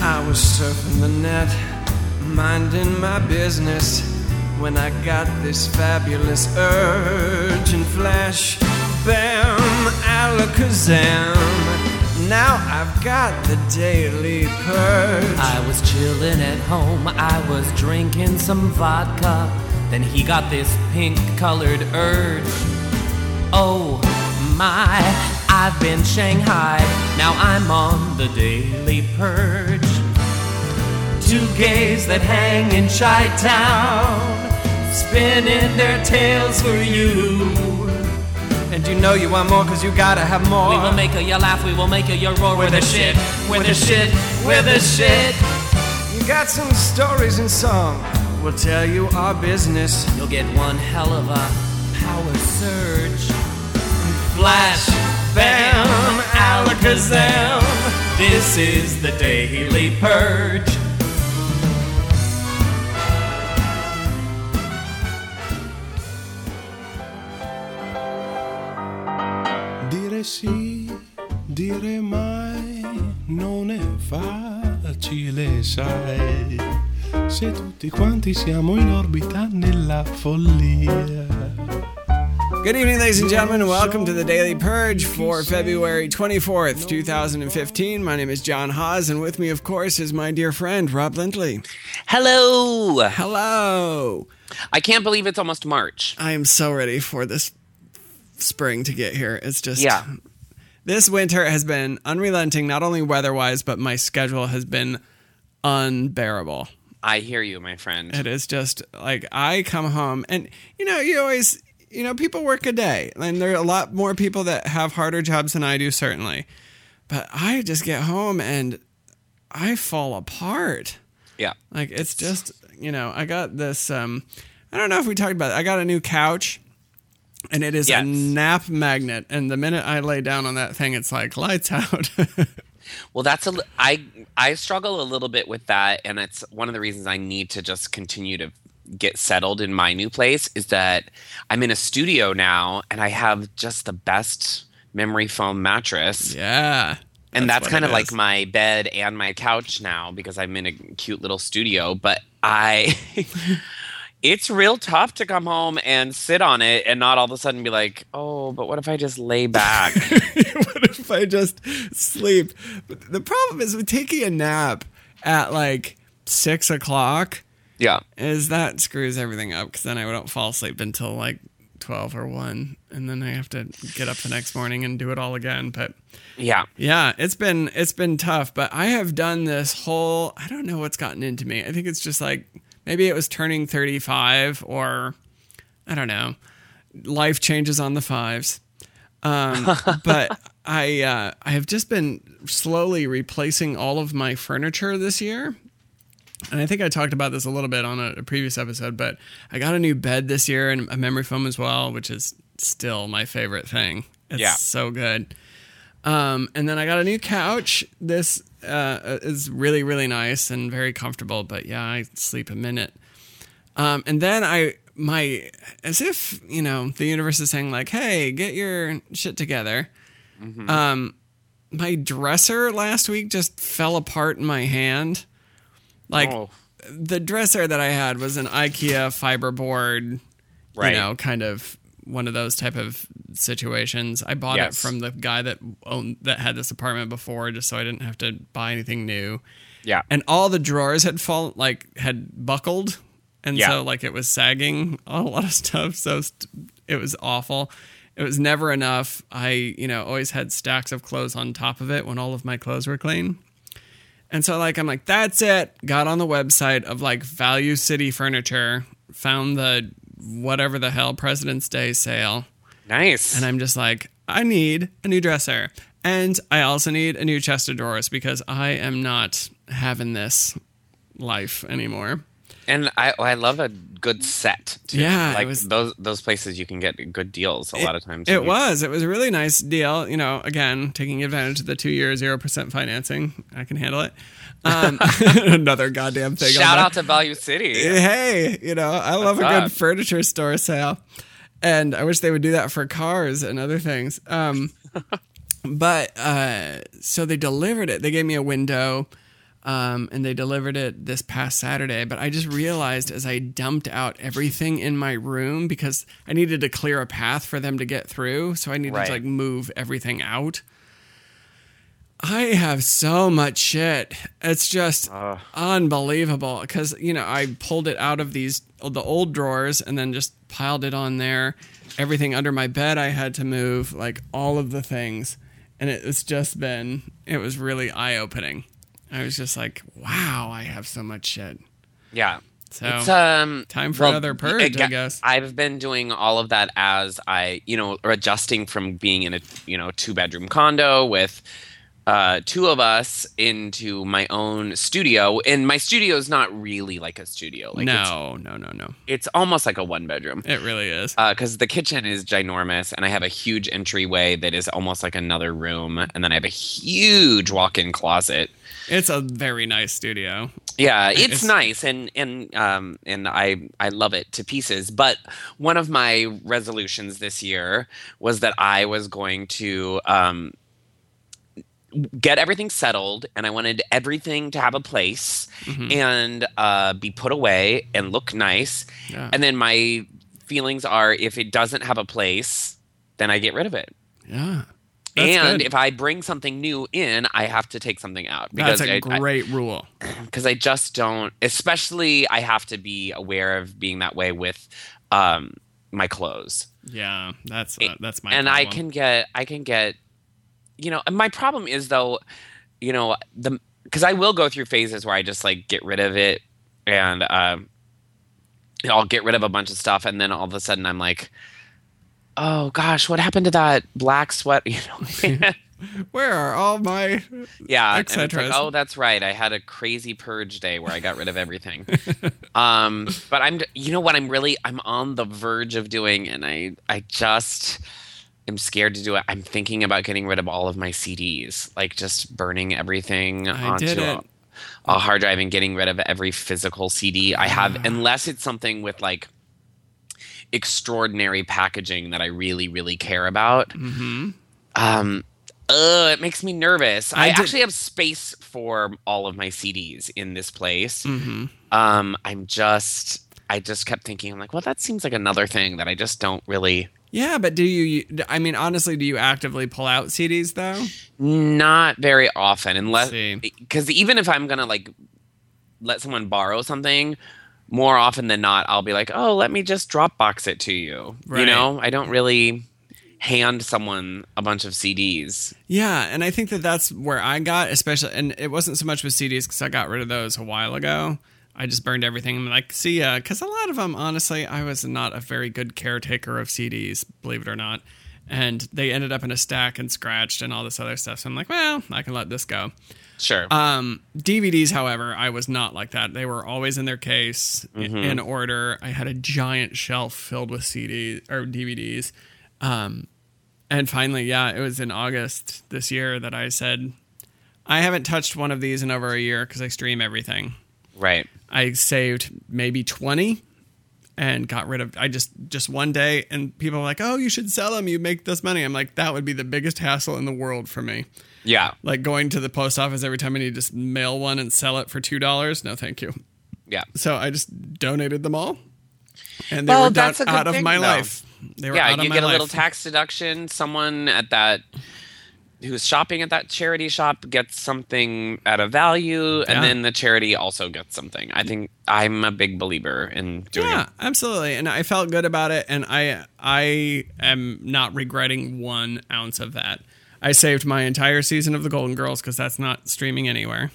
I was surfing the net, minding my business, when I got this fabulous urge and flash. Bam, alakazam. Now I've got the daily purge. I was chilling at home, I was drinking some vodka. Then he got this pink colored urge. Oh my, I've been Shanghai, now I'm on the daily purge. Two gays that hang in Chi Town, spinning their tails for you. And you know you want more cause you gotta have more. Ah. We will make a you laugh, we will make a you roar. We're the shit, we're the shit, we're the shit. you got some stories and song. We'll tell you our business. You'll get one hell of a power surge. Flash, bam, alakazam. This is the daily purge. Dire sì, dire mai non è facile, sai. Se tutti quanti siamo in orbita nella follia. Good evening, ladies and gentlemen, and welcome to the Daily Purge for February 24th, 2015. My name is John Hawes, and with me, of course, is my dear friend, Rob Lindley. Hello! Hello. I can't believe it's almost March. I am so ready for this spring to get here. It's just. Yeah. This winter has been unrelenting, not only weather wise, but my schedule has been unbearable. I hear you, my friend. It is just like I come home and you know, you always you know, people work a day and there are a lot more people that have harder jobs than I do certainly. But I just get home and I fall apart. Yeah. Like it's just, you know, I got this um I don't know if we talked about it. I got a new couch and it is Yes. a nap magnet and the minute I lay down on that thing it's like lights out. Well, that's a li- I I struggle a little bit with that, and it's one of the reasons I need to just continue to get settled in my new place. Is that I'm in a studio now, and I have just the best memory foam mattress, yeah. and that's what kind it of is. like my bed and my couch now because I'm in a cute little studio. But I. It's real tough to come home and sit on it and not all of a sudden be like, oh, but what if I just lay back? what if I just sleep? But The problem is with taking a nap at like six o'clock yeah. is that screws everything up because then I don't fall asleep until like twelve or one, and then I have to get up the next morning and do it all again. But Yeah. yeah, it's been it's been tough, but I have done this whole I don't know what's gotten into me. I think it's just like maybe it was turning 35 or I don't know. Life changes on the fives. Um, but I uh, I have just been slowly replacing all of my furniture this year. And I think I talked about this a little bit on a, a previous episode, but I got a new bed this year and a memory foam as well, which is still my favorite thing. It's Yeah. so good. Um, and then I got a new couch. This uh, is really, really nice and very comfortable. But yeah, I sleep a minute. Um, and then I, my, as if you know, the universe is saying like, "Hey, get your shit together." Mm-hmm. Um, my dresser last week just fell apart in my hand. Like Oh. the dresser that I had was an IKEA fiberboard, Right. you know, kind of one of those type of situations. I bought it Yes. from the guy that owned that had this apartment before, just so I didn't have to buy anything new. Yeah. And all the drawers had fallen, like had buckled, and Yeah. so like it was sagging on a lot of stuff. So st- it was awful. It was never enough. I, you know, always had stacks of clothes on top of it when all of my clothes were clean. And so like I'm like that's it. Got on the website of like Value City Furniture, found the whatever the hell President's Day sale, nice. and I'm just like I need a new dresser and I also need a new chest of drawers because I am not having this life anymore. And I I love a good set. Too. Yeah, it like was- those those places you can get good deals a lot of times. It was. It was a really nice deal. You know, again, taking advantage of the two year, 0% financing. I can handle it. Um, another goddamn thing. on Shout that. out to Value City. hey, you know, I love a What's good up? furniture store sale. And I wish they would do that for cars and other things. Um, but uh, so they delivered it. They gave me a window. um, and they delivered it this past Saturday. But I just realized as I dumped out everything in my room because I needed to clear a path for them to get through, so I needed Right. to like move everything out. I have so much shit. It's just unbelievable because you know I pulled it out of these the old drawers and then just piled it on there. Everything under my bed I had to move, like all of the things, and it, it's just been it was really eye opening. I was just like, wow, I have so much shit. Yeah. So It's um time for another purge, I guess. I've been doing all of that as I, you know, or adjusting from being in a, you know, two bedroom condo with uh, two of us into my own studio, and my studio is not really like a studio. Like it's, no, no, no, no. it's almost like a one bedroom It really is. because Uh, the kitchen is ginormous and I have a huge entryway that is almost like another room. And then I have a huge walk in closet. It's a very nice studio. Yeah, it's, it's- nice and and um and I I love it to pieces. But one of my resolutions this year was that I was going to um get everything settled and I wanted everything to have a place Mm-hmm. and uh be put away and look nice. Yeah. And then my feelings are if it doesn't have a place, then I get rid of it. Yeah. and good. if I bring something new in, I have to take something out that's a I- I- great rule. because I just don't. Especially, I have to be aware of being that way with um, my clothes, Yeah, that's uh, that's my and I problem. can get, I can get, you know. And my problem is though, you know, the because I will go through phases where I just like get rid of it, and um, you know, I'll get rid of a bunch of stuff, and then all of a sudden I'm like, oh gosh, what happened to that black sweat? You know. Where are all my? yeah et and it's like, cetera. oh that's right i had a crazy purge day where i got rid of everything um but i'm you know what i'm really i'm on the verge of doing and i i just am scared to do it i'm thinking about getting rid of all of my cds like just burning everything I onto did a, it. a hard drive and getting rid of every physical cd i have unless it's something with like extraordinary packaging that i really really care about um uh, it makes me nervous. I, I did- actually have space for all of my CDs in this place. Um, I'm just, I just kept thinking, I'm like, well, that seems like another thing that I just don't really, Yeah, but do you? I mean, honestly, do you actively pull out CDs though? not very often, unless, See. because even if I'm gonna like let someone borrow something, more often than not, I'll be like, oh, let me just Dropbox it to you. You Right. know, I don't really hand someone a bunch of CDs. Yeah, and I think that that's where I got, especially, and it wasn't so much with CDs because I got rid of those a while ago. I just burned everything. I'm like, see ya. Because a lot of them, honestly, I was not a very good caretaker of CDs, believe it or not. And they ended up in a stack and scratched and all this other stuff. So I'm like, well, I can let this go. Sure. Um, DVDs, however, I was not like that. They were always in their case i- in order. I had a giant shelf filled with CDs or DVDs. Um, and finally, yeah, it was in August this year that I said, I haven't touched one of these in over a year because I stream everything. right. I saved maybe 20 and got rid of I just just one day and people were like, "Oh, you should sell them. You make this money." I'm like, "That would be the biggest hassle in the world for me." Yeah. like going to the post office every time I need to s- mail one and sell it for two dollars. No, thank you. Yeah. So I just donated them all, and they Well, were done, that's a good out of thing, my though. life. They were yeah, out of you my get a life. little tax deduction. Someone at that who's shopping at that charity shop gets something at a value, Yeah. and then the charity also gets something. I think I'm a big believer in doing yeah, it. absolutely. And I felt good about it, and I I am not regretting one ounce of that. I saved my entire season of The Golden Girls because that's not streaming anywhere.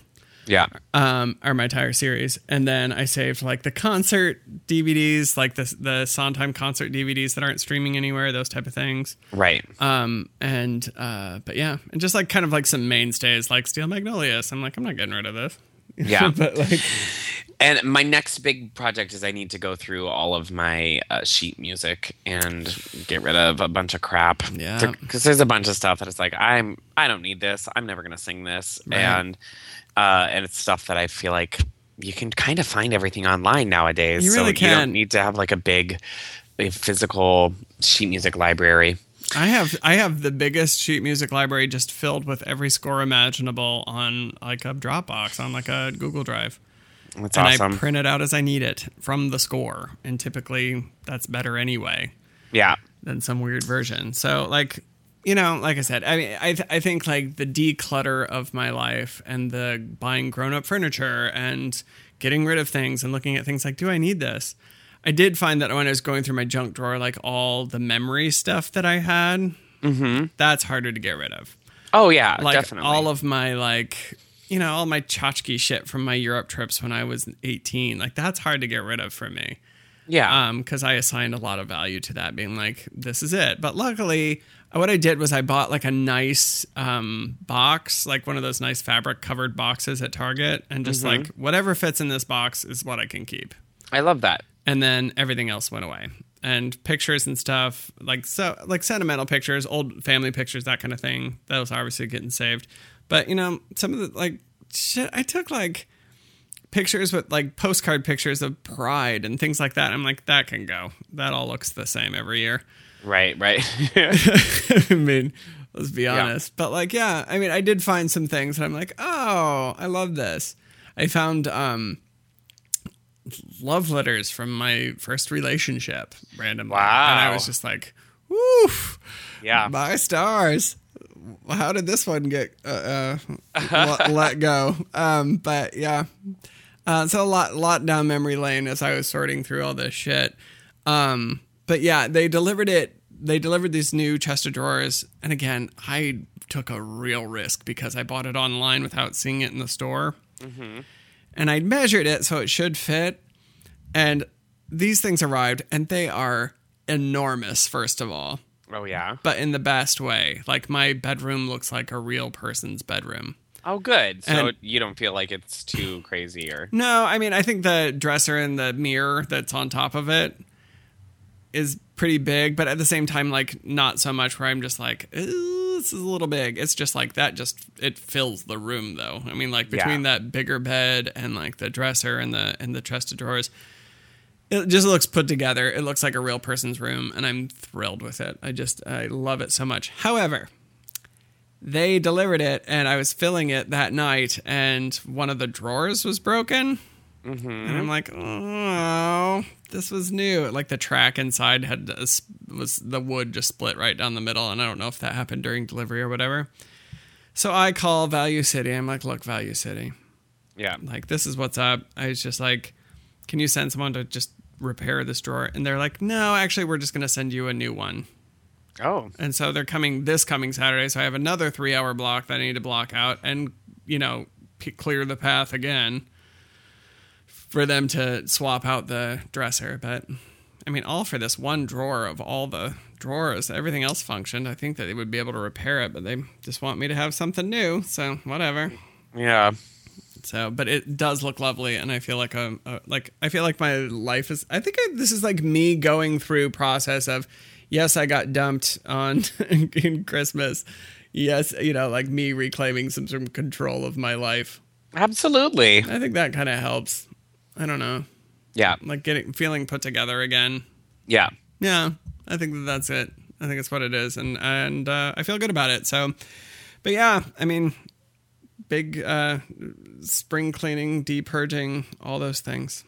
Yeah, um, or my entire series, and then I saved like the concert DVDs, like the the Sondheim concert DVDs that aren't streaming anywhere, those type of things. right. Um, and uh, but yeah, and just like kind of like some mainstays like Steel Magnolias. I'm like, I'm not getting rid of this. Yeah. but like, and my next big project is I need to go through all of my uh, sheet music and get rid of a bunch of crap. Yeah. because there's a bunch of stuff that it's like I'm I don't need this. I'm never gonna sing this, Right. and uh, and it's stuff that I feel like you can kind of find everything online nowadays. You so really You don't can. need to have like a big a physical sheet music library. I have I have the biggest sheet music library just filled with every score imaginable on like a Dropbox on like a Google Drive. That's and awesome. I print it out as I need it from the score. And typically that's better anyway yeah. than some weird version. So like you know, like I said, I mean, I th- I think like the declutter of my life and the buying grown up furniture and getting rid of things and looking at things like, do I need this? I did find that when I was going through my junk drawer, like all the memory stuff that I had, that's harder to get rid of. Mm-hmm. Oh yeah, Like definitely. all of my like, you know, all my tchotchke shit from my Europe trips when I was 18, like that's hard to get rid of for me yeah. um because i assigned a lot of value to that being like this is it but luckily what i did was i bought like a nice um box like one of those nice fabric covered boxes at target and just like whatever fits in this box is what i can keep I love that. and then everything else went away and pictures and stuff like so like sentimental pictures old family pictures that kind of thing those obviously getting saved but you know some of the like shit i took like pictures with like postcard pictures of pride and things like that i'm like that can go that all looks the same every year Right, right. I mean, let's be honest. But like, yeah, I mean, I did find some things that I'm like, oh, I love this. I found um love letters from my first relationship randomly. And I Wow. was just like, woof. yeah. My stars. How did this one get uh, uh, let, let go? Um, but yeah, uh, so a lot, lot down memory lane as I was sorting through all this shit. Um, but yeah, they delivered it. They delivered these new chest of drawers, and again, I took a real risk because I bought it online without seeing it in the store, and I measured it so it should fit. And these things arrived, and they are enormous. First of all, Oh yeah. but in the best way. Like my bedroom looks like a real person's bedroom. Oh good. So And- you don't feel like it's too crazy or No, I mean I think the dresser and the mirror that's on top of it is pretty big, but at the same time, like not so much where I'm just like, "Ooh, this is a little big. It's just like that. Just it fills the room though. I mean, like between Yeah. that bigger bed and like the dresser and the and the chest of drawers. It just looks put together. It looks like a real person's room, and I'm thrilled with it. I just I love it so much. However, they delivered it and I was filling it that night and one of the drawers was broken. And I'm like, oh, this was new. Like the track inside had a s- was the wood just split right down the middle, and I don't know if that happened during delivery or whatever. So I call Value City. I'm like, look, Value City, yeah. like this is what's up. I was just like, can you send someone to just repair this drawer? And they're like, no, actually, we're just gonna send you a new one. Oh. And so they're coming this coming Saturday. So I have another three hour block that I need to block out and, you know, p- clear the path again for them to swap out the dresser. But I mean, all for this one drawer of all the drawers. Everything else functioned. I think that they would be able to repair it, but they just want me to have something new. So whatever. Yeah. So, but it does look lovely, and I feel like a, a like I feel like my life is. I think I, this is like me going through process of, yes, I got dumped on in Christmas. Yes, you know, like me reclaiming some sort of control of my life. Absolutely. I think that kind of helps. I don't know, Yeah. like getting feeling put together again. Yeah. Yeah, I think that that's it. I think it's what it is, and and uh, I feel good about it. So, but yeah, I mean, big uh, spring cleaning, depurging, all those things,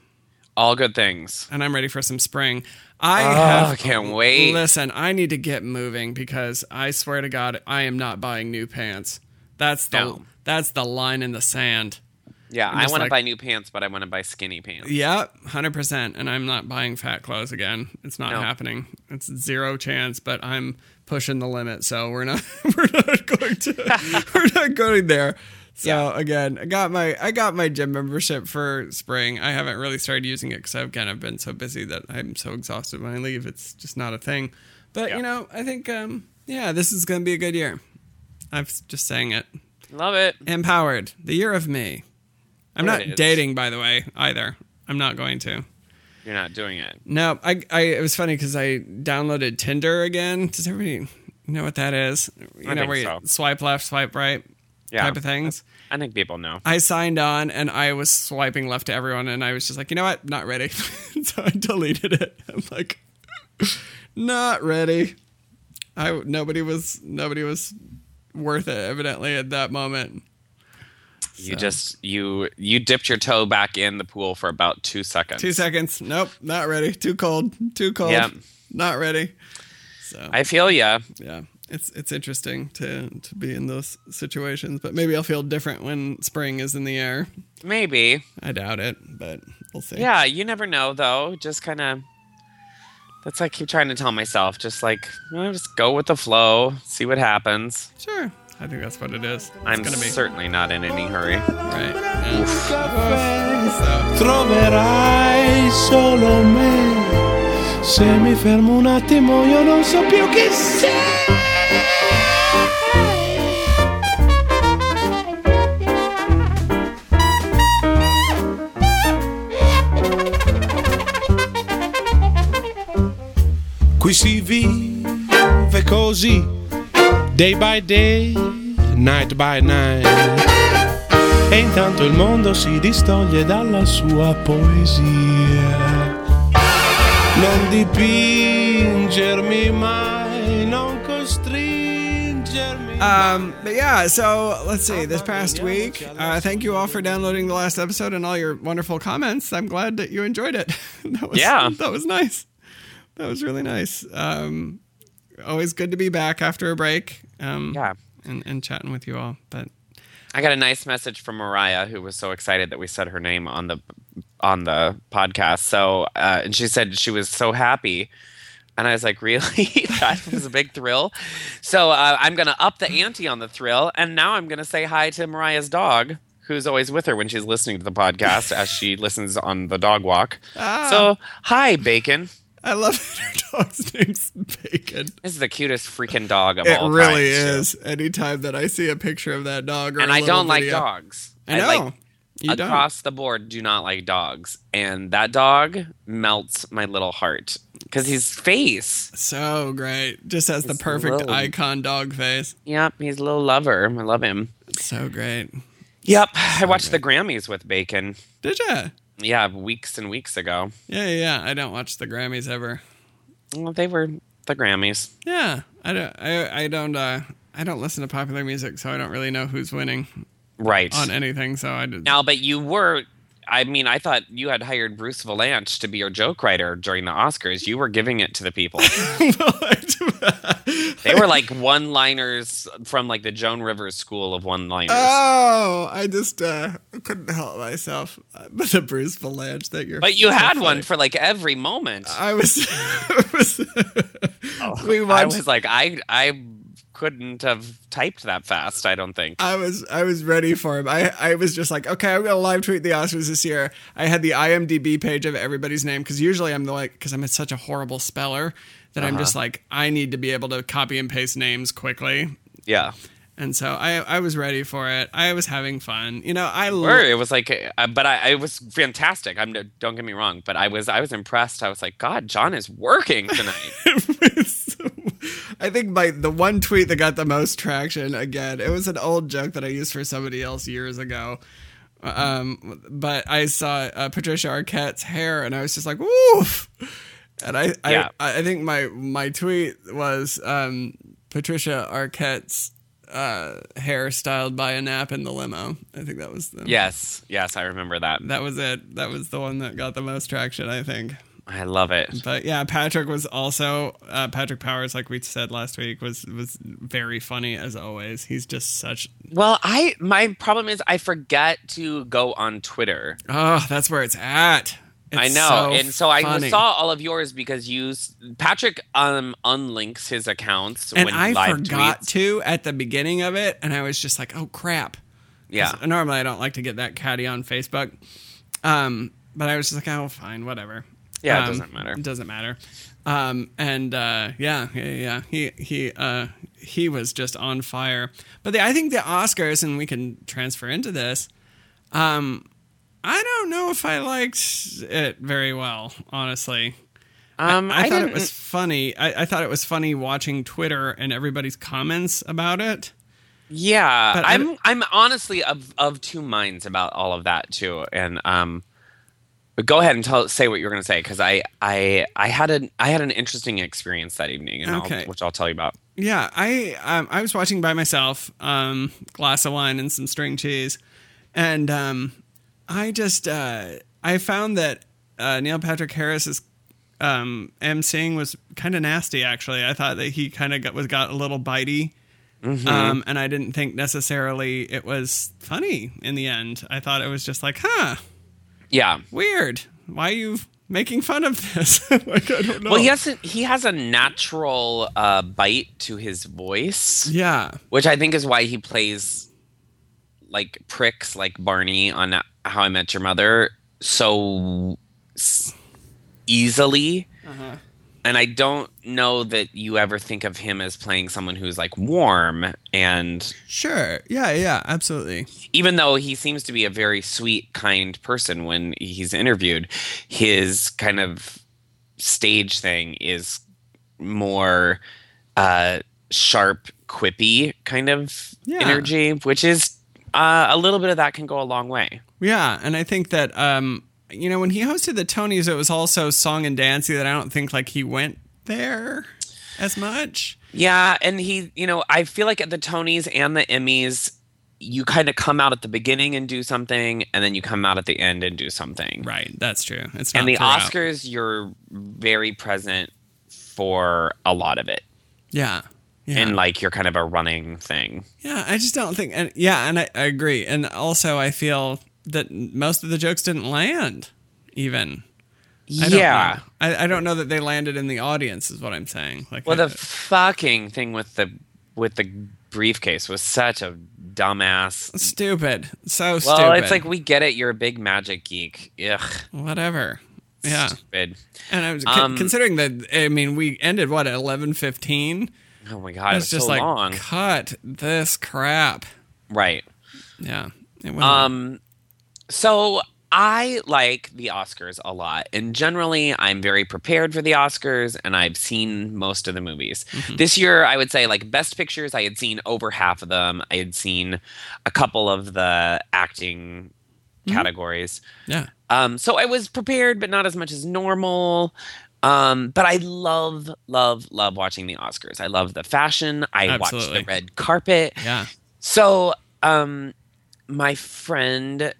All good things. and I'm ready for some spring. I Oh, have. can't wait. Listen, I need to get moving because I swear to God, I am not buying new pants. That's the No. that's the line in the sand. Yeah, I just want to like- buy new pants, but I want to buy skinny pants. Yep, hundred percent. And I'm not buying fat clothes again. It's not No. happening. It's zero chance. But I'm pushing the limit, so we're not we're not going to we're not going there. So again, I got my I got my gym membership for spring. I haven't really started using it because again I've been so busy that I'm so exhausted when I leave. It's just not a thing. But Yeah. you know, I think um, yeah, this is going to be a good year. I'm just saying it Love it. empowered the year of me i'm There not it is. dating by the way either i'm not going to You're not doing it. no i, I it was funny because i downloaded tinder again does everybody know what that is you I know think where you so. swipe left swipe right Yeah. type of things I think people know. i signed on and i was swiping left to everyone and i was just like you know what not ready so i deleted it i'm like not ready I nobody was nobody was worth it evidently at that moment. You just you you dipped your toe back in the pool for about two seconds. Two seconds. Nope, not ready. Too cold. Too cold. Yep. Not ready. So I feel ya. yeah, it's it's interesting to to be in those situations, but maybe I'll feel different when spring is in the air. Maybe. I doubt it, but we'll see. Yeah, you never know though. Just kind of. That's I keep trying to tell myself. Just like well, just go with the flow, see what happens. sure. I think that's what it is. It's I'm gonna be certainly not in any hurry. right. Yeah. Caffè, So troverai solo me. Se mi fermo un attimo io non so più chi sei. Qui si vive così, day by day, night by night. E intanto il mondo si distoglie dalla sua poesia. Non dipingermi mai, non costringermi. Um, but yeah, so let's see. This past week, uh, thank you all for downloading the last episode and all your wonderful comments. I'm glad that you enjoyed it. that was, Yeah. that was nice. That was really nice. Um, always good to be back after a break. Um, Yeah. and, and chatting with you all. But I got a nice message from Mariah, who was so excited that we said her name on the on the podcast. So, uh, and she said she was so happy, and I was like, "Really? that was a big thrill." So, uh, I'm gonna up the ante on the thrill, and now I'm gonna say hi to Mariah's dog, who's always with her when she's listening to the podcast, as she listens on the dog walk. Ah. So, hi, Bacon. I love that your dog's name's Bacon. This is the cutest freaking dog of It all time, really too. is. Anytime that I see a picture of that dog, or and I I don't like dogs. I know. like you don't. across the board do not like dogs and that dog melts my little heart because his face So great. Just has the It's perfect low. icon dog face. yep he's a little lover i love him So great. yep i watched the grammys with bacon Did ya? yeah weeks and weeks ago Yeah, yeah, yeah. I don't watch the Grammys ever. well, they were the grammys Yeah, I don't. I, I don't. Uh, I don't listen to popular music, so I don't really know who's winning right on anything. So I did. now but you were i mean i thought you had hired bruce valanche to be your joke writer during the oscars you were giving it to the people they were like one liners from like the joan rivers school of one liners oh, I just uh, couldn't help myself. But the Bruce Valanche that you're. But you had so one funny. for like every moment. I was. I was we watched. Oh, I was like, I I couldn't have typed that fast. I don't think. I was I was ready for him. I, I was just like, okay, I'm gonna live tweet the Oscars this year. I had the IMDb page of everybody's name because usually I'm the like because I'm such a horrible speller that I'm just like I need to be able to copy and paste names quickly. Yeah, And so I I was ready for it. I was having fun. You know I or lo- it was like, uh, but I it was fantastic. I'm don't get me wrong, but I was I was impressed. I was like, God, John is working tonight. I think my the one tweet that got the most traction again. It was an old joke that I used for somebody else years ago. Um, but I saw uh, Patricia Arquette's hair, and I was just like, "Woof!" And I, Yeah. I, I think my my tweet was um, Patricia Arquette's uh, hair styled by a nap in the limo. I think that was the, yes, yes, I remember that. That was it. That was the one that got the most traction. I think. I love it. But yeah, Patrick was also uh, Patrick Powers, like we said last week, was was very funny as always. He's just such. Well, I my problem is I forget to go on Twitter. Oh, that's where it's at. It's I know, so and so I funny. saw all of yours because you s- Patrick um unlinks his accounts and when he I live forgot tweets. to at the beginning of it, and I was just like, oh crap. Yeah, Normally, I don't like to get that catty on Facebook, um, but I was just like, oh, fine, whatever. Yeah, it Um, doesn't matter. It doesn't matter. Um, and uh, yeah, yeah, yeah. He he uh, he was just on fire. But the, I think the Oscars, and we can transfer into this. Um, I don't know if I liked it very well, honestly. Um, I, thought it didn't- was funny. I, I thought it was funny watching Twitter and everybody's comments about it. Yeah, But I I'm. I'm honestly of of two minds about all of that too, and um, But go ahead and tell say what you were going to say because I I I had an I had an interesting experience that evening, and Okay. I'll, which I'll tell you about. Yeah, I um, I was watching by myself, um, glass of wine and some string cheese, and um, I just uh, I found that uh, Neil Patrick Harris's um, emceeing was kind of nasty. Actually, I thought that he kind of got was got a little bitey, Mm-hmm. um, and I didn't think necessarily it was funny in the end. I thought it was just like, huh, Yeah. weird. Why are you making fun of this? like I don't know. Well, he has a, he has a natural uh, bite to his voice. Yeah. which I think is why he plays like pricks like Barney on How I Met Your Mother so s- easily. And I don't know that you ever think of him as playing someone who's like warm. And Sure. Yeah. Yeah. Absolutely. even though he seems to be a very sweet, kind person when he's interviewed, his kind of stage thing is more uh, sharp, quippy kind of Yeah. energy, which is uh, a little bit of that can go a long way. Yeah, and I think that um, you know when he hosted the Tonys, it was also song and dancey that I don't think like he went there as much. Yeah, and he, you know, I feel like at the Tonys and the Emmys, you kind of come out at the beginning and do something, and then you come out at the end and do something. Right, that's true. It's not And the throughout. Oscars, you're very present for a lot of it. Yeah. Yeah. and like you're kind of a running thing. yeah, I just don't think. And, yeah, and I, I agree. And also, I feel that most of the jokes didn't land, even. I don't yeah. know. I, I don't know that they landed in the audience, is what I'm saying. Like, uh, Well, I- the fucking thing with the with the briefcase was such a dumbass. stupid. Well, So stupid. it's like we get it. You're a big magic geek. Ugh. whatever. Yeah. Stupid. And I was Um, considering that. I mean, we ended what at eleven fifteen. Oh my god, It's it's just so like long. cut this crap. Right. Yeah. It went on. Um. So I like the Oscars a lot, and generally, I'm very prepared for the Oscars, and I've seen most of the movies. This year, I would say like Best Pictures, I had seen over half of them. I had seen a couple of the acting categories. yeah. Um, so I was prepared, but not as much as normal. Um, but I love, love, love watching the Oscars. I love the fashion. I watch Absolutely. the red carpet. Yeah. So, um, my friend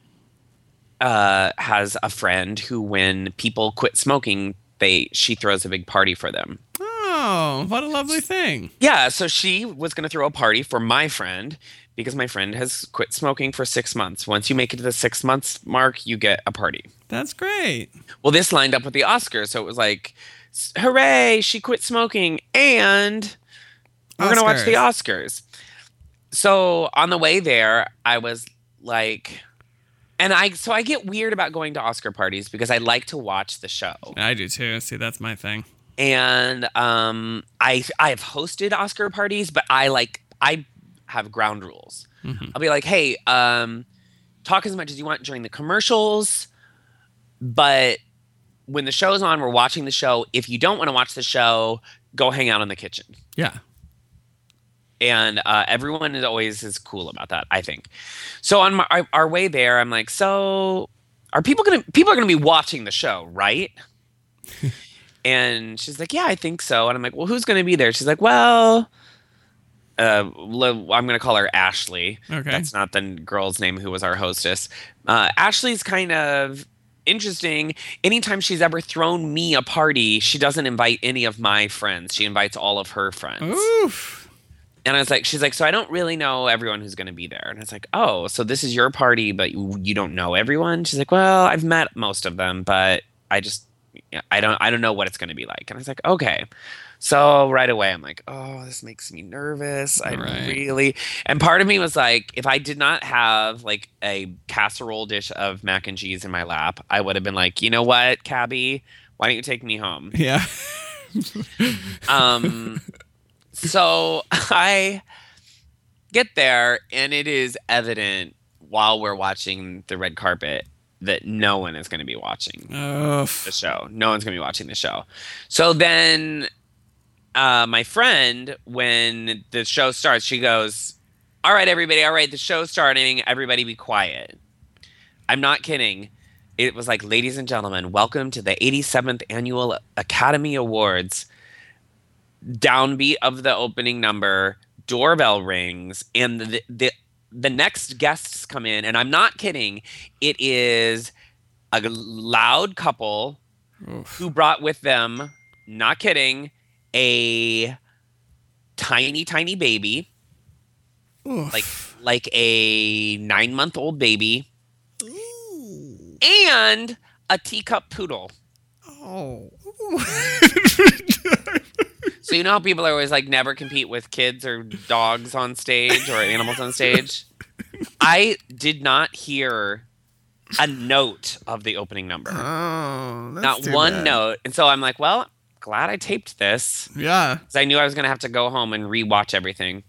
uh, has a friend who, when people quit smoking, they she throws a big party for them. Oh, what a lovely thing. Yeah, so she was going to throw a party for my friend because my friend has quit smoking for six months. Once you make it to the six months mark, you get a party. That's great. Well, this lined up with the Oscars, so it was like, s- hooray, she quit smoking and we're going to watch the Oscars. So on the way there, I was like, and I, so I get weird about going to Oscar parties because I like to watch the show. I do too. See, that's my thing. And um, I, I've hosted Oscar parties, but I like, I have ground rules. I'll be like, hey, um, talk as much as you want during the commercials, but when the show's on, we're watching the show. If you don't want to watch the show, go hang out in the kitchen. Yeah. and uh, everyone is always is cool about that. I think. So on my, our, our way there, I'm like, so are people gonna people are gonna be watching the show, right? and she's like, yeah, I think so. And I'm like, well, who's gonna be there? She's like, well, uh, lo- I'm gonna call her Ashley. Okay. that's not the n- girl's name who was our hostess. Uh, Ashley's kind of interesting anytime she's ever thrown me a party she doesn't invite any of my friends she invites all of her friends Oof. and I was like, she's like, so I don't really know everyone who's going to be there. And I was like, oh, so this is your party, but you, you don't know everyone. She's like, well, I've met most of them, but I just, I don't, I don't know what it's going to be like. And I was like, okay. So right away, I'm like, oh, this makes me nervous. I Right. really, and part of me was like, if I did not have like a casserole dish of mac and cheese in my lap, I would have been like, you know what, cabbie, why don't you take me home? Yeah. Um, so I get there, and it is evident while we're watching the red carpet that no one is going to be watching the Oof. show. No one's going to be watching the show. So then, uh, my friend, when the show starts, she goes, "All right, everybody. All right, the show's starting. Everybody, be quiet." I'm not kidding. it was like, ladies and gentlemen, welcome to the 87th Annual Academy Awards. Downbeat of the opening number, doorbell rings, and the, the, the next guests come in. And I'm not kidding, it is a loud couple who brought with them, not kidding, a tiny, tiny baby. Like like a nine month old baby. And a teacup poodle. Oh. So you know how people are always like never compete with kids or dogs on stage or animals on stage? I did not hear a note of the opening number. oh. That's not too one bad. note. And so I'm like, well, glad I taped this Yeah. because I knew I was going to have to go home and rewatch everything.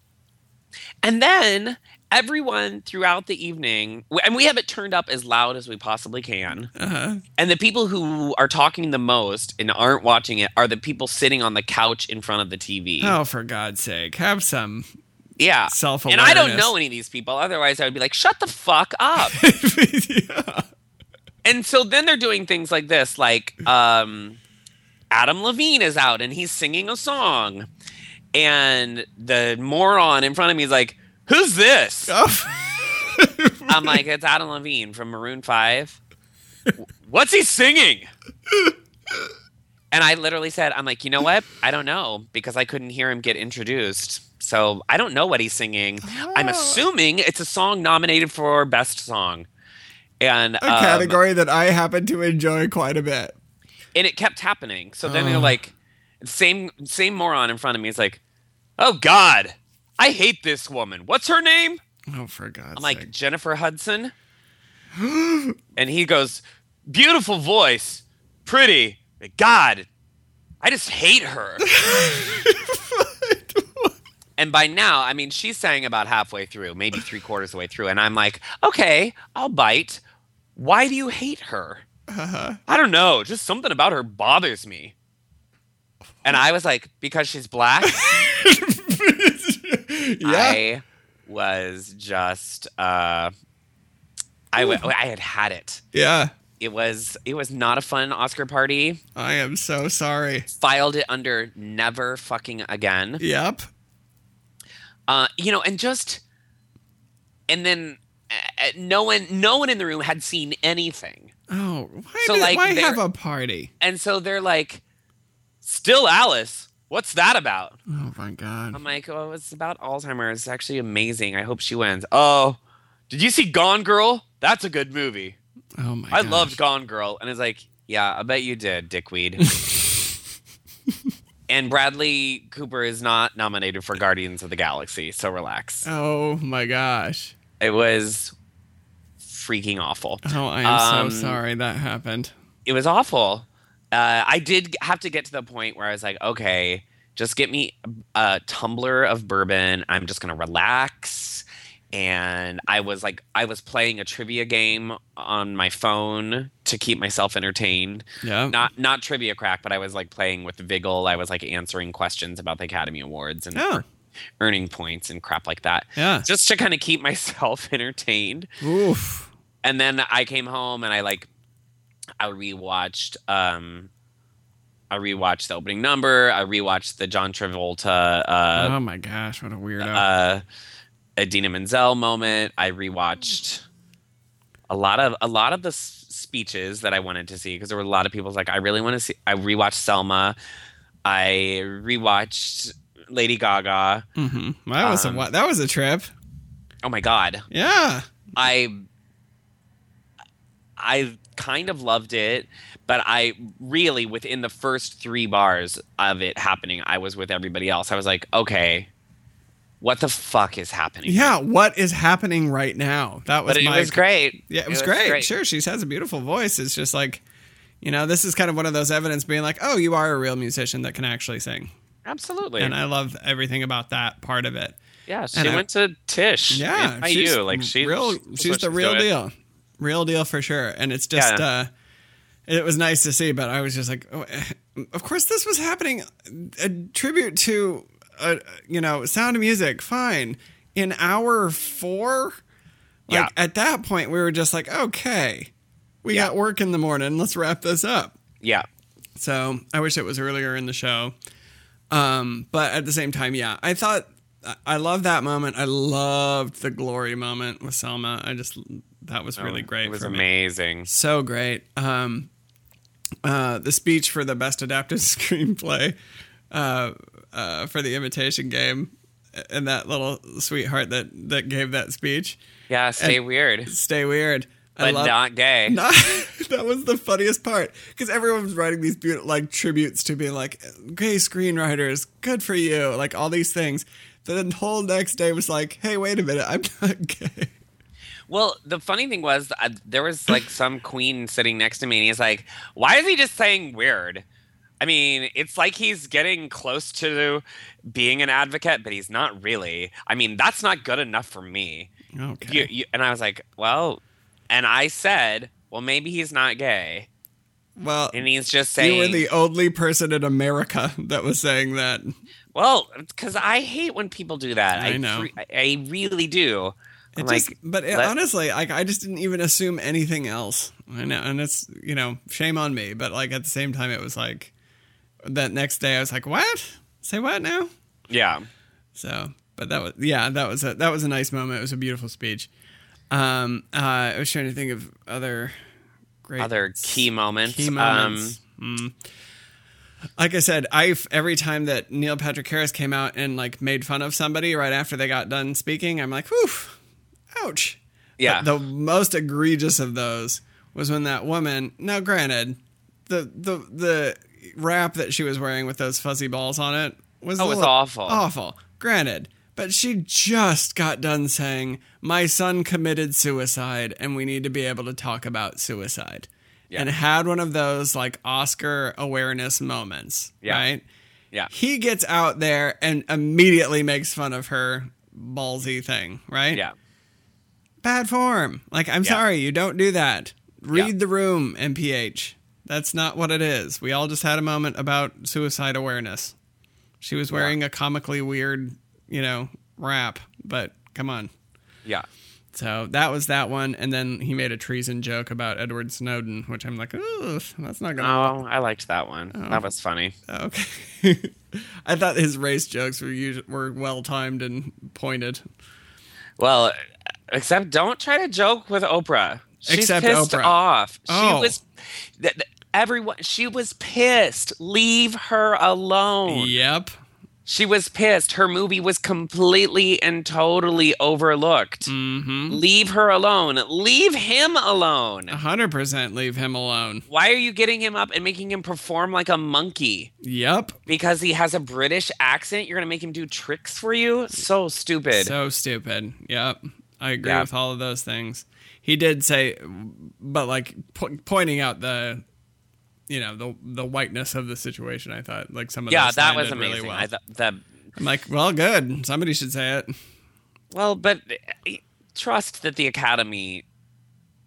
And then everyone throughout the evening, w- and we have it turned up as loud as we possibly can. Uh-huh. And the people who are talking the most and aren't watching it are the people sitting on the couch in front of the TV. Oh, for God's sake. Have some. yeah. And self-awareness. I don't know any of these people. Otherwise, I would be like, shut the fuck up. yeah. and so then they're doing things like this like um adam levine is out and he's singing a song and the moron in front of me is like who's this i'm like it's adam levine from maroon 5 what's he singing and i literally said i'm like you know what i don't know because i couldn't hear him get introduced so i don't know what he's singing Oh. i'm assuming it's a song nominated for best song and A um, category that I happen to enjoy quite a bit. and it kept happening. So then they're Ugh. like, same same moron in front of me is like, oh God, I hate this woman. What's her name? Oh, for God's I'm sake. like Jennifer Hudson, and he goes, beautiful voice, pretty. God, I just hate her. And by now, I mean, she sang about halfway through, maybe three quarters of the way through. And I'm like, okay, I'll bite. Why do you hate her? I don't know. Just something about her bothers me. And I was like, because she's black? yeah. I was just, uh, I, w- I had had it. yeah. It was it was not a fun Oscar party. I am so sorry. Filed it under never fucking again. Yep. uh, you know, and just, and then uh, uh, no one, no one in the room had seen anything, Oh, why, So, did- like, why there- have a party? Oh and so they're like, "Still Alice, what's that about?" Oh my god. I'm like, "Oh, it's about Alzheimer's. It's actually amazing. I hope she wins." Oh, did you see Gone Girl? That's a good movie. Oh my I gosh. loved Gone Girl, and it's like, yeah, I bet you did, Dickweed. and Bradley Cooper is not nominated for Guardians of the Galaxy, so relax. Oh my gosh. It was freaking awful. Oh, I am Um, so sorry that happened. It was awful. Uh, I did g- have to get to the point where I was like, okay, just get me a, a tumbler of bourbon. I'm just going to relax. And I was like, I was playing a trivia game on my phone to keep myself entertained. Yeah. Not not trivia crack, but I was like playing with Vigil. I was like answering questions about the Academy Awards and Oh. earning points and crap like that. Yeah. Just to kind of keep myself entertained. Oof. and then I came home and I like I rewatched um I rewatched the opening number. I rewatched the John Travolta uh oh my gosh, what a weirdo. uh Adina Menzel moment. I rewatched a lot of a lot of the s- speeches that I wanted to see because there were a lot of people's like I really want to see I rewatched Selma. I rewatched Lady Gaga. hmm That was um, a wa- that was a trip. Oh my god. Yeah. I I kind of loved it, but I really within the first 3 bars of it happening, I was with everybody else. I was like, "Okay, what the fuck is happening?" Yeah. What is happening right now? That was But it my was great. Yeah, it was, great. Sure, she has a beautiful voice. It's just like, you know, this is kind of one of those evidence being like, oh, you are a real musician that can actually sing. Absolutely. And I love everything about that part of it. yeah, she and I- went to Tish. Yeah, in IU. like she real. she knows what she's the real doing. deal, real deal for sure. And it's just, Yeah. uh, it was nice to see, but I was just like, oh, eh. of course, this was happening. A tribute to, uh, you know, Sound of Music. Fine, in hour four, like Yeah. at that point, we were just like, okay, we got work in the morning. Let's wrap this up. Yeah. So I wish it was earlier in the show. Um, but at the same time, yeah, I thought I- I love that moment. I loved the glory moment with Selma. I just that was really great. It was for me. amazing. So great. Um, uh, the speech for the best adapted screenplay uh, uh, for the Imitation Game, and that little sweetheart that that gave that speech. Yeah, stay And- weird, Stay weird. I but love- not gay. no, that was the funniest part because everyone was writing these beautiful like tributes to being like gay screenwriters, good for you, like all these things. The whole next day was like, hey, wait a minute, I'm not gay. Well, the funny thing was, uh, there was like some queen sitting next to me, and he's like, "Why is he just saying weird?" I mean, it's like he's getting close to being an advocate, but he's not really. I mean, that's not good enough for me. Okay. You, you, and I was like, "Well," and I said, "Well, maybe he's not gay, well, and he's just you saying." were the only person in America that was saying that. well, because I hate when people do that. I know. cre- I, I really do. It I'm just, like, but uh, it, let- honestly, like I just didn't even assume anything else. I know, and it's you know shame on me. But like at the same time, it was like that next day I was like, what? Say what now? yeah. So, but that was yeah, that was a that was a nice moment. It was a beautiful speech. Um, uh, I was trying to think of other great Other key moments. key um, moments. Mm. Like I said, I every time that Neil Patrick Harris came out and like made fun of somebody right after they got done speaking, I'm like, whew, ouch. Yeah. But the most egregious of those was when that woman. Now, granted, the the the wrap that she was wearing with those fuzzy balls on it was Oh, a it's little- awful. Awful. Granted, but she just got done saying, "My son committed suicide, and we need to be able to talk about suicide," Yeah. and had one of those like Oscar awareness moments. Yeah. Right. yeah. He gets out there and immediately makes fun of her ballsy thing. Right Yeah. bad form. Like, I'm Yeah. sorry, you don't do that. Read Yeah. the room, MPH. That's not what it is. We all just had a moment about suicide awareness. She was wearing a comically weird, you know, wrap, but come on. Yeah. So that was that one. And then he made a treason joke about Edward Snowden, which I'm like, ooh, that's not going to. Oh, I liked that one. That was funny. Okay. I thought his race jokes were usu- were well timed and pointed. Well, except don't try to joke with Oprah. She's Except pissed Oprah. off. Oh. She was th- th- everyone she was pissed. Leave her alone. Yep. She was pissed. Her movie was completely and totally overlooked. Mm-hmm. Leave her alone. Leave him alone. Uh. 100% leave him alone. Why are you getting him up and making him perform like a monkey? Yep. Because he has a British accent, you're going to make him do tricks for you? So stupid. So stupid. Yep. I agree Yeah. with all of those things. He did say, but like po- pointing out the, you know, the the whiteness of the situation. I thought like some of yeah, those that landed was amazing. Really well. I th- the I'm like, well, good. Somebody should say it. well, but uh, trust that the Academy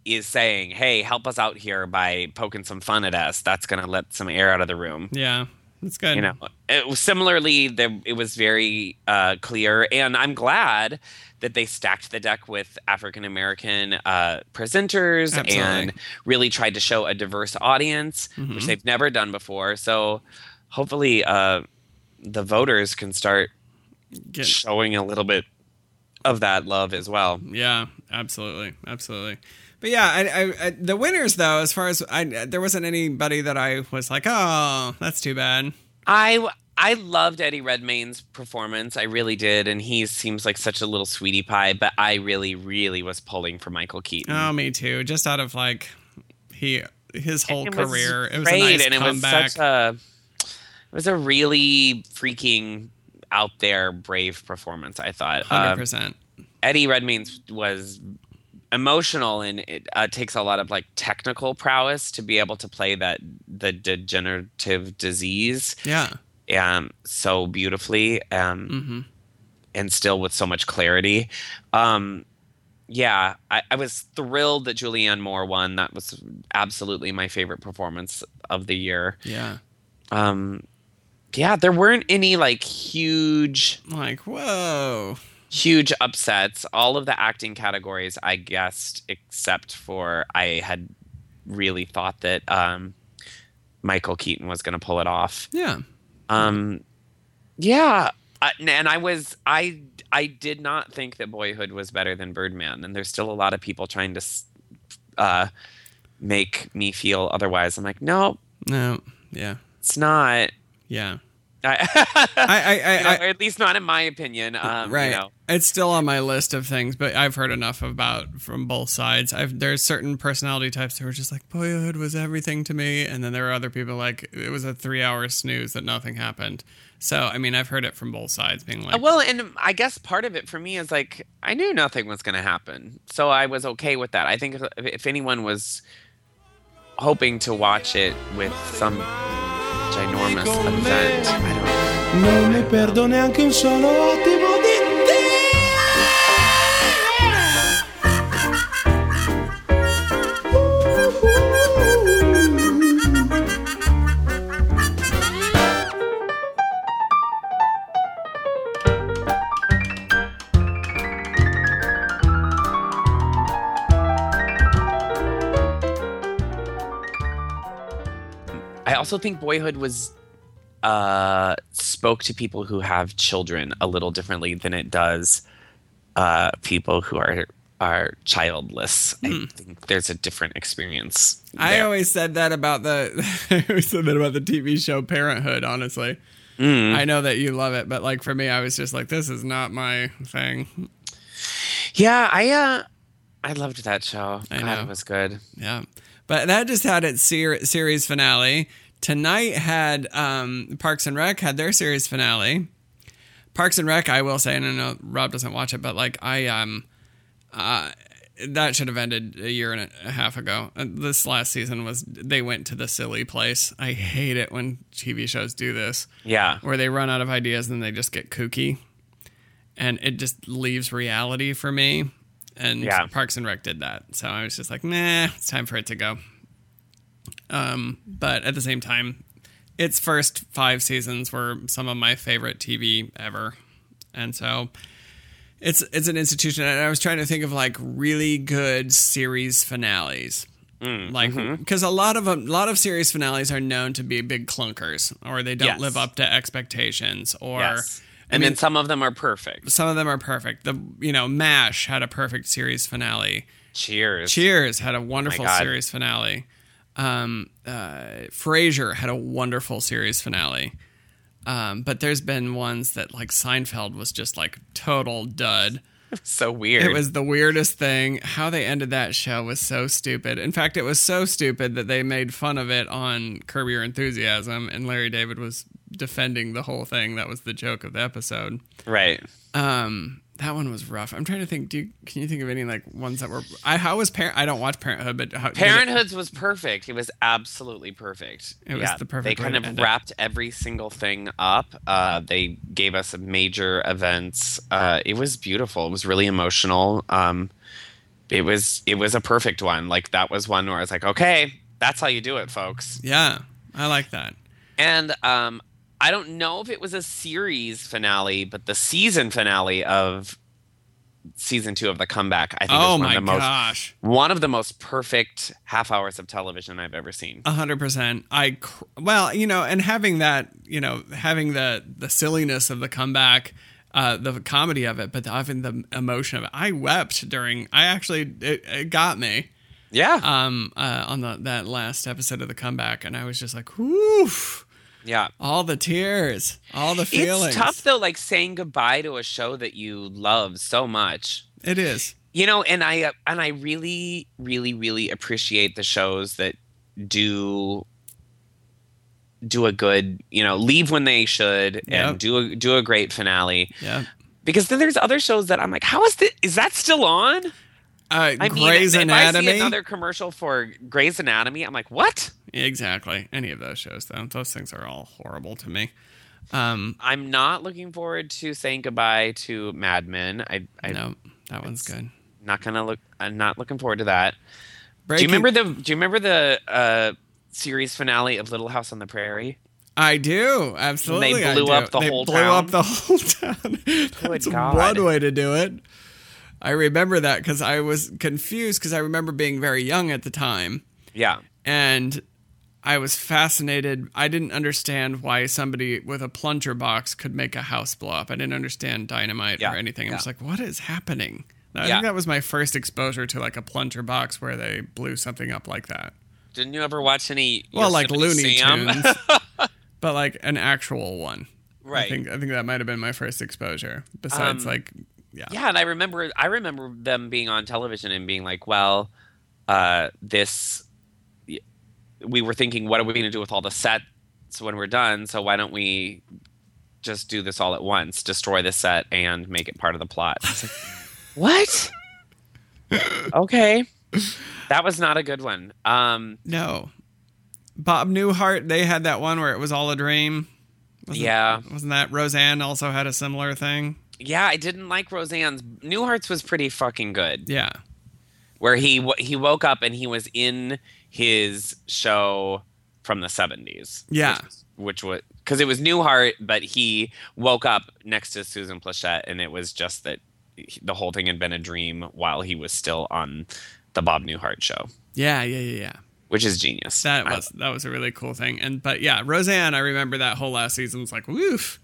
is saying, "Hey, help us out here by poking some fun at us." That's going to let some air out of the room. Yeah, that's good. You know. It, was- similarly, there, it was very uh, clear, and I'm glad that they stacked the deck with African American uh, presenters Absolutely. and really tried to show a diverse audience, which Mm-hmm. they've never done before. So, hopefully, uh, the voters can start Get- showing a little bit of that love as well. Yeah, absolutely, absolutely. But yeah, I, I, I, the winners though, as far as I, there wasn't anybody that I was like, oh, that's too bad. I I loved Eddie Redmayne's performance. I really did, and he seems like such a little sweetie pie. But I really, really was pulling for Michael Keaton. Oh, me too. Just out of like, he his whole It was career. It was great, a nice and comeback. it was such a it was a really freaking out there brave performance. I thought hundred Um, percent. Eddie Redmayne was emotional and it uh, takes a lot of like technical prowess to be able to play that the degenerative disease Yeah, um, so beautifully um, and still with so much clarity. Um, yeah, I, I was thrilled that Julianne Moore won. That was absolutely my favorite performance of the year. yeah. Um, yeah, there weren't any like huge, Like whoa, huge upsets. All of the acting categories I guessed, except for I had really thought that um, Michael Keaton was going to pull it off. Yeah. Um, yeah, I, and I was I I did not think that Boyhood was better than Birdman, and there's still a lot of people trying to s- uh, make me feel otherwise. I'm like, no, No. Yeah. it's not. Yeah. I, I. I. I, you know, I or at least not in my opinion. Um, right. You know, It's still on my list of things, but I've heard enough about from both sides. I've there's certain personality types who are just like boyhood was everything to me, and then there are other people like it was a three hour snooze that nothing happened. So I mean, I've heard it from both sides, being like, Uh, Well, and I guess part of it for me is like I knew nothing was going to happen, so I was okay with that. I think if, if anyone was hoping to watch it with some ginormous event, I don't Non mi perdo neanche un solo attimo di I also think Boyhood was uh, spoke to people who have children a little differently than it does uh, people who are are childless. Hmm. I think there's a different experience. I there. always said that about the I always said that about the TV show Parenthood, honestly. I know that you love it, but like for me I was just like this is not my thing. yeah, I uh, I loved that show. I God, know. it was good. Yeah. But that just had its ser- series finale. Tonight had um Parks and Rec had their series finale. Parks and Rec, I will say, and I know Rob doesn't watch it, but like I um uh that should have ended a year and a half ago. Uh, This last season was they went to the silly place. I hate it when TV shows do this. Yeah. where they run out of ideas and then they just get kooky and it just leaves reality for me and Yeah. parks and rec did that so i was just like nah it's time for it to go um, but at the same time its first five seasons were some of my favorite tv ever and so it's it's an institution and i was trying to think of like really good series finales Mm, like mm-hmm. because a lot of 'em- a lot of series finales are known to be big clunkers or they don't Yes. live up to expectations or Yes. I And mean, then some of them are perfect. some of them are perfect the you know mash had a perfect series finale Cheers. cheers had a wonderful Oh God. series finale um uh frasier had a wonderful series finale um but there's been ones that like seinfeld was just like total dud So weird. it was the weirdest thing. How they ended that show was so stupid. In fact, it was so stupid that they made fun of it on Curb Your Enthusiasm, and Larry David was defending the whole thing. That was the joke of the episode. right. Um, that one was rough. I'm trying to think. Do you, can you think of any like ones that were? I how was parent? I don't watch Parenthood, but how, did it- Parenthood's was perfect. It was absolutely perfect. It was the perfect They way kind to of end it. wrapped every single thing up. Uh, they gave us major events. Uh, it was beautiful. It was really emotional. Um, it was it was a perfect one. Like that was one where I was like, okay, that's how you do it, folks. yeah, I like that. And um, I don't know if it was a series finale, but the season finale of season two of the comeback, I think, Oh is one of my the most gosh, one of the most perfect half hours of television I've ever seen. a hundred percent. I cr- well, you know, and having that, you know, having the the silliness of the comeback, uh, the comedy of it, but the, even the emotion of it. I wept during. I actually it, it got me Yeah, um uh, on the that last episode of the comeback, and I was just like, woof, yeah. all the tears, all the It's feelings. tough though, like saying goodbye to a show that you love so much. It is. You know, and I uh, and I really, really, really appreciate the shows that do do a good, you know, leave when they should Yep. and do a, do a great finale. Yeah. Because then there's other shows that I'm like, how is this? Is that still on? Uh, I Grey's mean, Anatomy. If I see another commercial for Grey's Anatomy, I'm like, what? exactly. Any of those shows, though. Those things are all horrible to me. I'm not looking forward to saying goodbye to Mad Men. I, I'm no, that one's good. not gonna look. I'm not looking forward to that. Do Breaking- you remember the? Do you remember the uh, series finale of Little House on the Prairie? I do absolutely. I blew do. up the they whole blew town? up the whole town. That's God. one way to do it. I remember that because I was confused because I remember being very young at the time Yeah. and I was fascinated. I didn't understand why somebody with a plunger box could make a house blow up. I didn't understand dynamite Yeah, or anything. I was yeah. like, what is happening? I Yeah. think that was my first exposure to like a plunger box where they blew something up like that. Didn't you ever watch any? Well, like Yosemite Looney Sam? Tunes, but like an actual one. I Right. Um, think I think that might have been my first exposure. Besides, like, yeah, yeah, and I remember I remember them being on television and being like, "Well, uh, this." We were thinking, what are we going to do with all the sets when we're done? So why don't we just do this all at once? Destroy the set and make it part of the plot. It's like, what? okay, that was not a good one. Um, no. Bob Newhart, they had that one where it was all a dream. Wasn't- Yeah. wasn't that Roseanne also had a similar thing? yeah, I didn't like Roseanne's. Newhart's was pretty fucking good. Yeah. where he w- he woke up and he was in his show from the 70s. Yeah. Which was because it was Newhart, but he woke up next to Susan Plachette, and it was just that he- the whole thing had been a dream while he was still on the Bob Newhart show, Yeah, yeah, yeah, yeah. which is genius. That I- was that was a really cool thing. And but yeah, Roseanne, I remember that whole last season was like woof.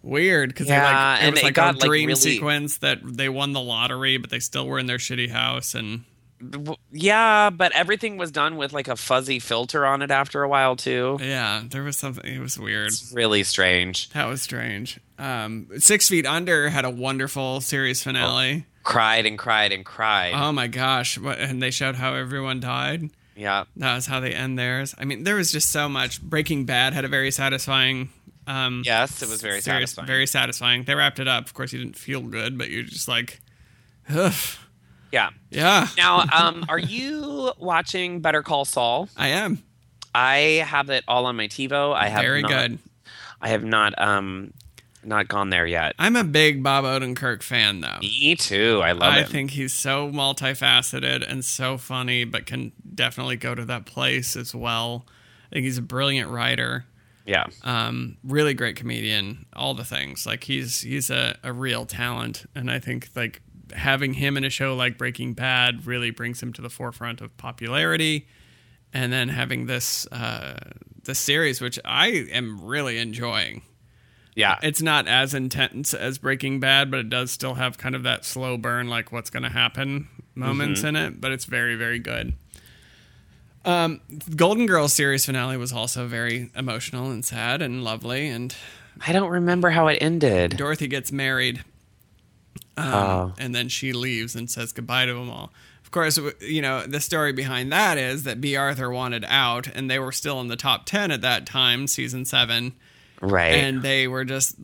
Weird because Yeah, like, it and was it like got, a like, dream really- sequence that they won the lottery, but they still were in their shitty house. And w- yeah, but everything was done with like a fuzzy filter on it after a while too. yeah, there was something. It was weird. It's really strange. That was strange. Um, Six Feet Under had a wonderful series finale. Cried and cried and cried. Oh, my gosh! What, and they showed how everyone died. yeah. That was how they end theirs. I mean, there was just so much. Breaking Bad had a very satisfying. Um, Yes, it was very serious- satisfying. Very satisfying. They wrapped it up. Of course, you didn't feel good, but you're just like, ugh, yeah. yeah, Now, um, are you watching Better Call Saul? I am. I have it all on my TiVo. I have Very not, good. I have not um not gone there yet. I'm a big Bob Odenkirk fan, though. Me too. I love I it. think he's so multifaceted and so funny, but can definitely go to that place as well. I think he's a brilliant writer, yeah. um, really great comedian, all the things. Like he's he's a, a real talent, and I think like having him in a show like Breaking Bad really brings him to the forefront of popularity. And then having this uh, this series, which I am really enjoying, yeah. it's not as intense as Breaking Bad, but it does still have kind of that slow burn, like what's going to happen moments in it. But it's very, very good. Um, Golden Girls series finale was also very emotional and sad and lovely. And I don't remember how it ended. Dorothy gets married, oh. and then she leaves and says goodbye to them all. Of course, w- you know the story behind that is that B. Arthur wanted out, and they were still in the top ten at that time, season seven. Right. and they were just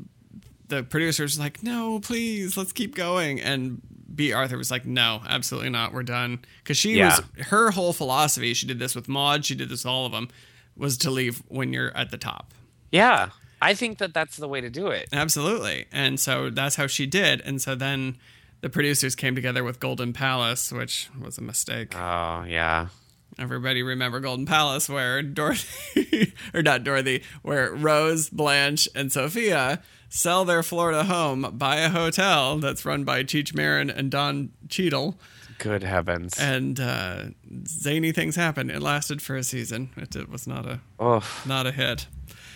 the producers were like no please let's keep going and b arthur was like no absolutely not we're done because she Yeah. was her whole philosophy she did this with maud she did this with all of them was to leave when you're at the top yeah. I think that that's the way to do it. absolutely and so that's how she did and so then the producers came together with golden palace which was a mistake Oh yeah. Everybody remember Golden Palace, where Dorothy, or not Dorothy, where Rose, Blanche, and Sophia sell their Florida home, buy a hotel that's run by Cheech Marin and Don Cheadle, Good heavens. and uh, zany things happen. It lasted for a season. It, it was not a oh, not a hit.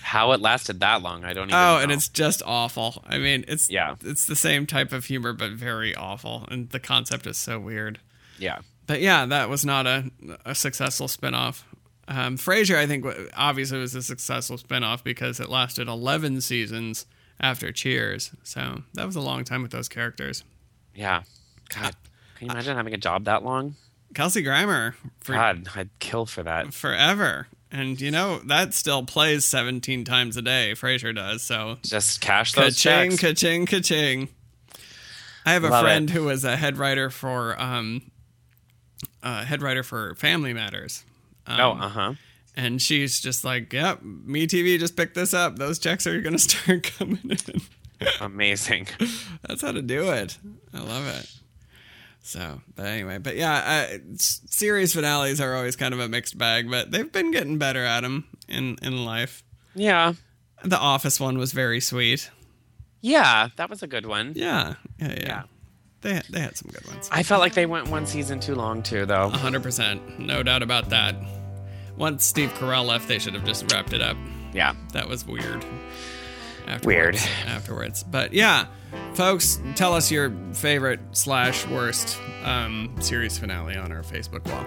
how it lasted that long, I don't even know. Oh, and it's just awful. I mean, it's Yeah. it's the same type of humor, but very awful, and the concept is so weird. yeah. but yeah, that was not a, a successful spinoff. Um, Frasier, I think, wa- obviously was a successful spinoff because it lasted 11 seasons after Cheers. So that was a long time with those characters. Yeah. God. Can you imagine having a job that long? Kelsey Grammer for, God, I'd kill for that. forever. And, you know, that still plays 17 times a day. Frasier does. So Just cash those Ka-ching, checks. ka-ching, ka-ching. I have a Love friend it. who was a head writer for um, uh, head writer for Family Matters. oh, um, uh huh. And she's just like, yep, me TV just picked this up. Those checks are going to start coming in. Amazing. That's how to do it. I love it. So, but anyway, but yeah, I, s- series finales are always kind of a mixed bag, but they've been getting better at them in, in life. Yeah. The Office one was very sweet. Yeah, that was a good one. Yeah. Yeah. Yeah. Yeah. They, they had some good ones. I felt like they went one season too long too though. 100%. No doubt about that. once Steve Carell left, they should have just wrapped it up. Yeah. That was weird. Afterwards, Weird. Afterwards, but yeah, folks, tell us your favorite slash worst um, series finale on our Facebook wall.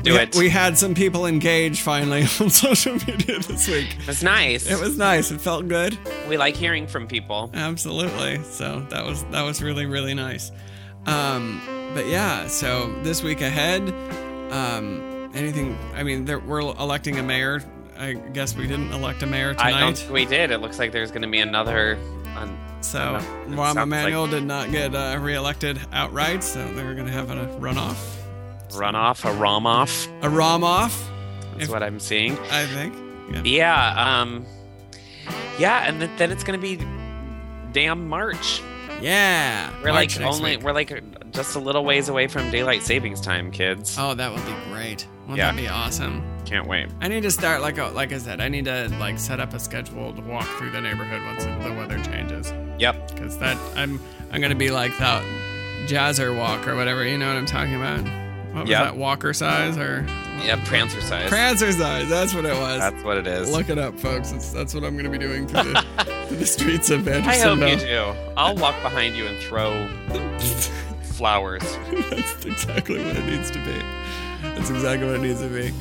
Do we, it. We had some people engage finally on social media this week. That's nice. It was nice. It felt good. we like hearing from people. Absolutely. So that was that was really really nice. Um, but yeah, so this week ahead, um, anything? I mean, there, we're electing a mayor. I guess we didn't elect a mayor I don't tonight. think we did. It looks like there's going to be another. On, So It Rahm sounds Emanuel did not get uh, reelected outright, so they're going to have a runoff, Run off, a rom off. a Rom off, That's If- what I'm seeing. I think. Yeah. Yeah. Um. Yeah, and th- then it's going to be damn March. yeah. We're March like next only week. we're like uh, just a little ways away from daylight savings time, kids. Oh, that would be great. Wouldn't Yeah. that be awesome? Can't wait. I need to start like uh, like I said. I need to like set up a schedule to walk through the neighborhood once the weather changes. Yep. Cause that I'm I'm gonna be like that jazzer walk or whatever. You know what I'm talking about? What was Yep. that walker size or Yep. Prancer size. prancer size? That's what it was. That's what it is. Look it up, folks. It's, that's what I'm gonna be doing through the, through the streets of I hope Andersonville. you do. I'll walk behind you and throw flowers. That's exactly what it needs to be. That's exactly what it needs to be.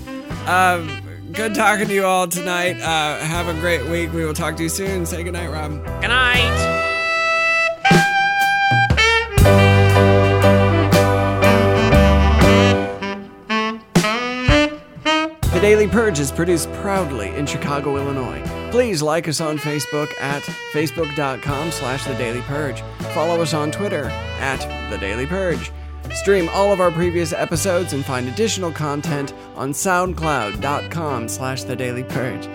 Um, good talking to you all tonight. Uh, have a great week. We will talk to you soon. Say goodnight, Rob. Good night. The Daily Purge is produced proudly in Chicago, Illinois. Please like us on Facebook at facebook.com slash The Daily Purge. Follow us on Twitter at The Daily Purge. Stream all of our previous episodes and find additional content on soundcloud.com slash The Daily Purge.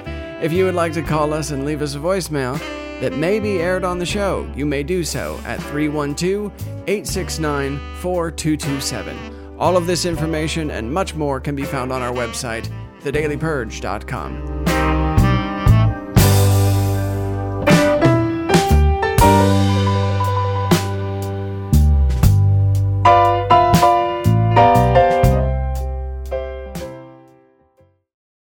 If you would like to call us and leave us a voicemail that may be aired on the show, you may do so at 312 869 4227. All of this information and much more can be found on our website, thedailypurge.com.